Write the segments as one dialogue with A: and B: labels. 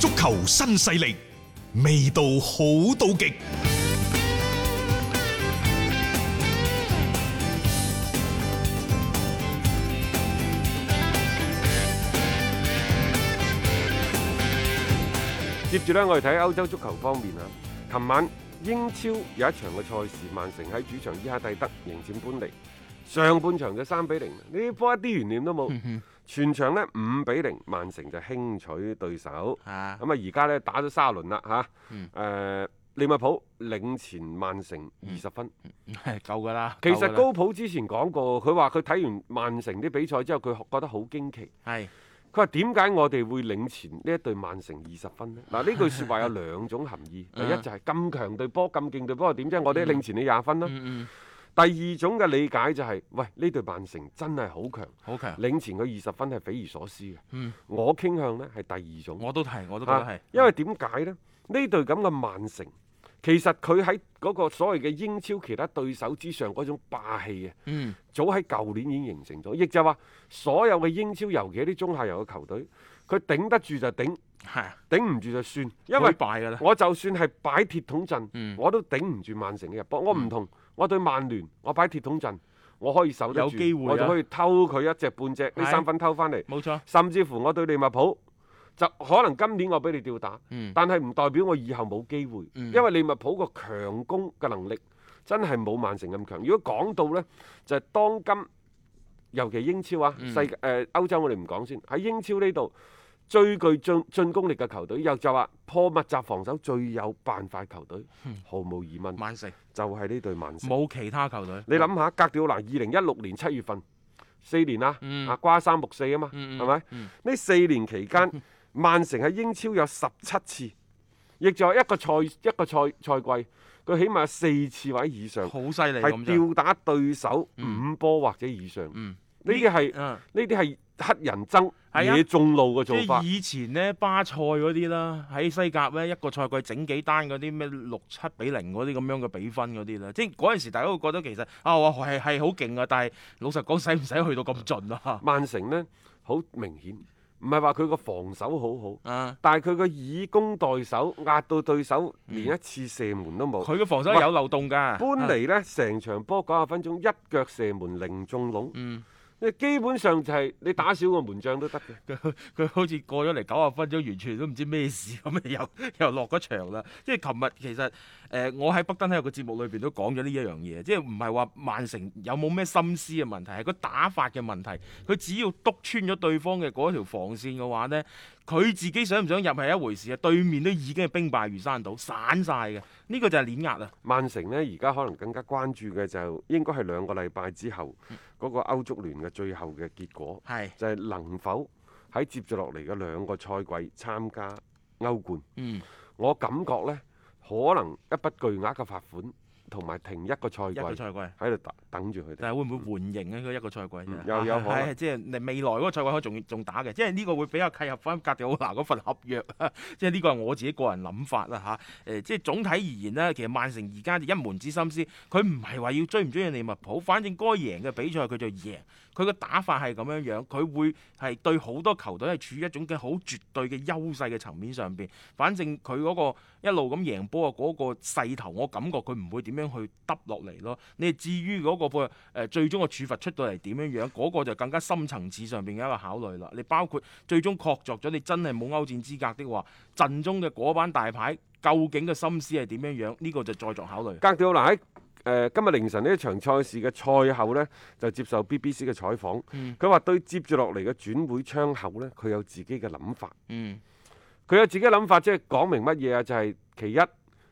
A: 球新勢力，味道好到極。
B: 接住呢，我哋睇歐洲足球方面啊，琴晚英超有一場嘅賽事，曼城喺主場伊哈蒂德迎戰般尼，上半場就三比零，呢波一啲懸念都
C: 嗯
B: 冇，全場呢五比零，曼城就輕取對手。咁啊，
C: 啊，
B: 而家呢打咗三輪啦嚇，誒、
C: 嗯
B: 利物浦領前曼城二十分。
C: 夠噶啦。
B: 其實
C: 嗯夠㗎啦
B: 高普之前講過，佢話佢睇完曼城啲比賽之後，佢覺得好驚奇。
C: 係
B: 佢話點解我哋會領前呢一隊曼城二十 分呢？嗱，呢句説話有兩種含義。第一
C: 嗯
B: 就係咁強隊波、咁勁隊波，點啫？我哋領前你廿分啦。
C: 嗯嗯，
B: 第二種嘅理解就係、喂，呢隊曼城真係好強，
C: 好強。
B: 領前佢二十分係匪夷所思嘅。
C: 啊嗯
B: 我傾向呢係第二種。
C: 我都係，我都覺得係
B: 啊。因為點解呢？呢隊咁嘅曼城，其實佢喺嗰個所謂嘅英超其他對手之上嗰種霸氣啊！
C: 嗯
B: 早喺舊年已經形成咗，亦就係話所有嘅英超，尤其係啲中下游嘅球隊，佢頂得住就頂，
C: 係啊
B: 頂唔住就算。因
C: 會
B: 為
C: 敗㗎啦。
B: 我就算係擺鐵桶陣，
C: 嗯
B: 我都頂唔住曼城嘅入波。我唔同，我對曼聯，我擺鐵桶陣，我可以守得住，
C: 有機會啊
B: 我就可以偷佢一隻半隻，呢
C: 係
B: 三分偷翻嚟。
C: 冇錯。
B: 甚至乎我對利物浦，就可能今年我俾你吊打，
C: 嗯
B: 但係唔代表我以後冇機會，
C: 嗯
B: 因為利物浦個強攻嘅能力真係冇曼城咁強。如果講到呢，就係、當今，尤其英超啊，
C: 嗯
B: 世誒、呃、歐洲我哋唔講先，喺英超呢度最具進進攻力嘅球隊，又就話破密集防守最有辦法球隊，毫無疑問
C: 曼城
B: 就係呢隊曼城。
C: 冇其他球隊。
B: 你諗下，格調嗱，二零一六年七月份四年啦，
C: 嗯
B: 啊瓜三木四啊嘛，
C: 嗯嗯
B: 係咪？
C: 嗯
B: 呢四年期間， 曼城喺英超有十七次，亦就係一個賽一個賽賽季，佢起碼有四次或者以上
C: 好犀利
B: 係
C: 咁就。
B: 吊打對手
C: 嗯
B: 五波或者以上。呢
C: 嗯，
B: 啲係
C: 嗯。
B: 呢啲係黑人憎
C: 係啊
B: 野中路嘅
C: 即
B: 做法
C: 係。以前呢，巴塞嗰啲啦，喺西甲呢，一個賽季整幾單嗰啲咩六七比零嗰啲咁樣嘅比分嗰啲啦，即係嗰陣時大家會覺得其實啊，我係係好勁啊，但係老實講，使唔使去到咁盡啊？
B: 曼城呢，好明顯，唔係話佢個防守好好。
C: 啊，
B: 但係佢個以攻代守，壓到對手連一次射門都冇。
C: 嗯佢啊嘅防守係有漏洞㗎。
B: 搬嚟呢，成場波九十分鐘一腳射門零中籠，
C: 嗯。
B: 你基本上就係你打少個門將都得嘅。
C: 佢 佢好似過咗嚟九十分鐘，完全都唔知咩事咁，啊又 又落咗場啦。即係琴日其實誒、呃我喺北登喺個節目裏邊都講咗呢一樣嘢，即係唔係話曼城有冇咩心思嘅問題，係個打法嘅問題。佢只要篤穿咗對方嘅嗰條防線嘅話呢，佢自己想唔想入係一回事啊，對面都已經係兵敗如山倒，散晒嘅。呢、個就係碾壓啊！
B: 曼城呢，而家可能更加關注嘅就應該係兩個禮拜之後
C: 嗯
B: 嗰、個歐足聯嘅最後嘅結果，
C: 係，
B: 就係、能否喺接住落嚟嘅兩個賽季參加歐冠。
C: 嗯，
B: 我感覺呢，可能一筆巨額嘅罰款同埋停一個賽
C: 一個
B: 季
C: 賽季。
B: 喺度等等住佢哋。
C: 但係會唔會緩刑咧？佢一個賽季
B: 嗯
C: 啫，
B: 有有可能
C: 係即係你未來嗰個賽季可以仲仲打嘅，即係呢個會比較契合翻格迪奧拿嗰份合約，啊 即係呢個係我自己個人諗法啦吓，誒、即係總體而言呢，其實曼城而家就一門之心思，佢唔係話要追唔追人利物浦，反正該贏嘅比賽佢就贏，佢個打法係咁樣樣，佢會係對好多球隊係處於一種嘅好絕對嘅優勢嘅層面上邊。反正佢嗰個一路咁贏波啊，嗰個勢頭，我感覺佢唔會點樣去耷落嚟咯。你至於嗰個誒、呃最終嘅處罰出到嚟點樣樣，嗰、個就更加深層次上邊嘅一個考慮啦。你包括最終確鑿咗你真係冇歐戰資格的話，陣中嘅嗰班大牌究竟嘅心思係點樣樣，呢、個就再作考慮。
B: 格調拿喺誒今日凌晨呢一場賽事嘅賽後呢，就接受 BBC 嘅採訪
C: 嗯，
B: 佢話、對接住落嚟嘅轉會窗口呢，佢有自己嘅諗法。
C: 嗯，
B: 佢有自己諗法，即係講明乜嘢啊？就係、其一，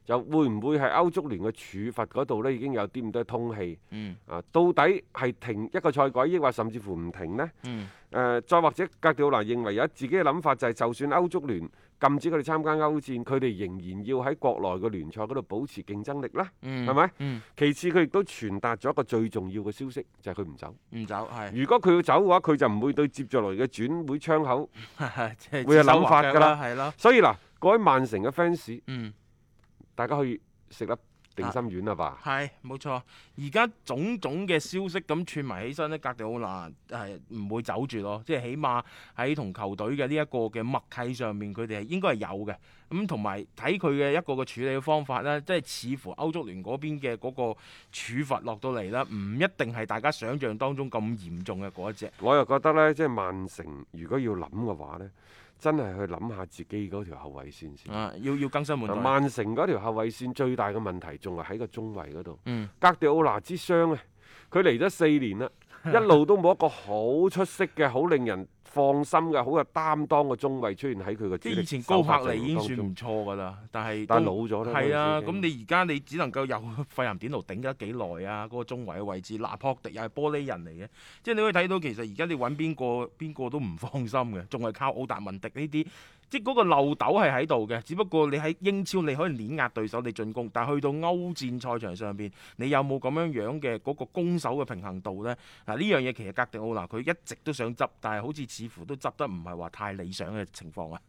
B: 就會唔會係歐足聯嘅處罰嗰度呢已經有啲咁多通氣
C: 嗯，
B: 啊？到底係停一個賽季，抑或甚至乎唔停呢？
C: 嗯，
B: 誒、再或者格調拿認為有自己嘅諗法，就係、就算歐足聯禁止佢哋參加歐戰，佢哋仍然要喺國內嘅聯賽嗰度保持競爭力啦，
C: 嗯
B: 係咪、
C: 嗯，
B: 其次，佢亦都傳達咗一個最重要嘅消息，就係佢唔走。
C: 唔走係，
B: 如果佢要走嘅話，佢就唔會對接住落嚟嘅轉會窗口。
C: 即嗯係
B: 會有
C: 指手
B: 諗法
C: 畫腳
B: 㗎啦
C: 係咯，
B: 所以嗱，各位曼城嘅 fans，
C: 嗯，
B: 大家可以食粒定心丸啦啊吧？
C: 係冇錯，而家種種嘅消息咁串埋起身咧，格迪奧拿係唔會走住咯，即係起碼喺同球隊嘅呢一個嘅默契上面，佢哋係應該係有嘅。咁同埋睇佢嘅一個嘅處理方法咧，即係似乎歐足聯嗰邊嘅嗰個處罰落到嚟啦，唔一定係大家想象當中咁嚴重嘅嗰一隻。
B: 我又覺得呢，即係曼城如果要諗嘅話呢，真係去諗下自己嗰條後衞線先。
C: 啊，要要更新換
B: 嗱，
C: 代。
B: 曼城嗰條後衞線最大嘅問題仲係喺個中衞嗰度。
C: 嗯，
B: 格迪奧拿之傷啊，佢嚟咗四年 啦，一路都冇一個好出色嘅、好令人放心嘅、好有擔當嘅中衞出現喺佢嘅主
C: 即係
B: 力
C: 以前
B: 首
C: 高
B: 發
C: 柏尼已經
B: 陣
C: 算
B: 容當中
C: 唔錯㗎啦，但係
B: 但
C: 都
B: 老咗啦。
C: 係啊，
B: 嗰陣時已
C: 咁
B: 經
C: 你而家你只能夠由費南典奴頂咗幾耐啊？嗰、個中衞嘅位置，拿破迪又係玻璃人嚟嘅，即係你可以睇到其實而家你揾邊個邊個都唔放心嘅，仲係靠奧達文迪呢啲，即係嗰個漏斗係喺度嘅。只不過你喺英超你可以碾壓對手你進攻，但係去到歐戰賽場上邊，你有冇咁樣樣嘅嗰個攻守嘅平衡度呢？嗱呢樣嘢其實格迪奧拿佢一直都想執，但係好似似乎都執得唔係話太理想嘅情況啊。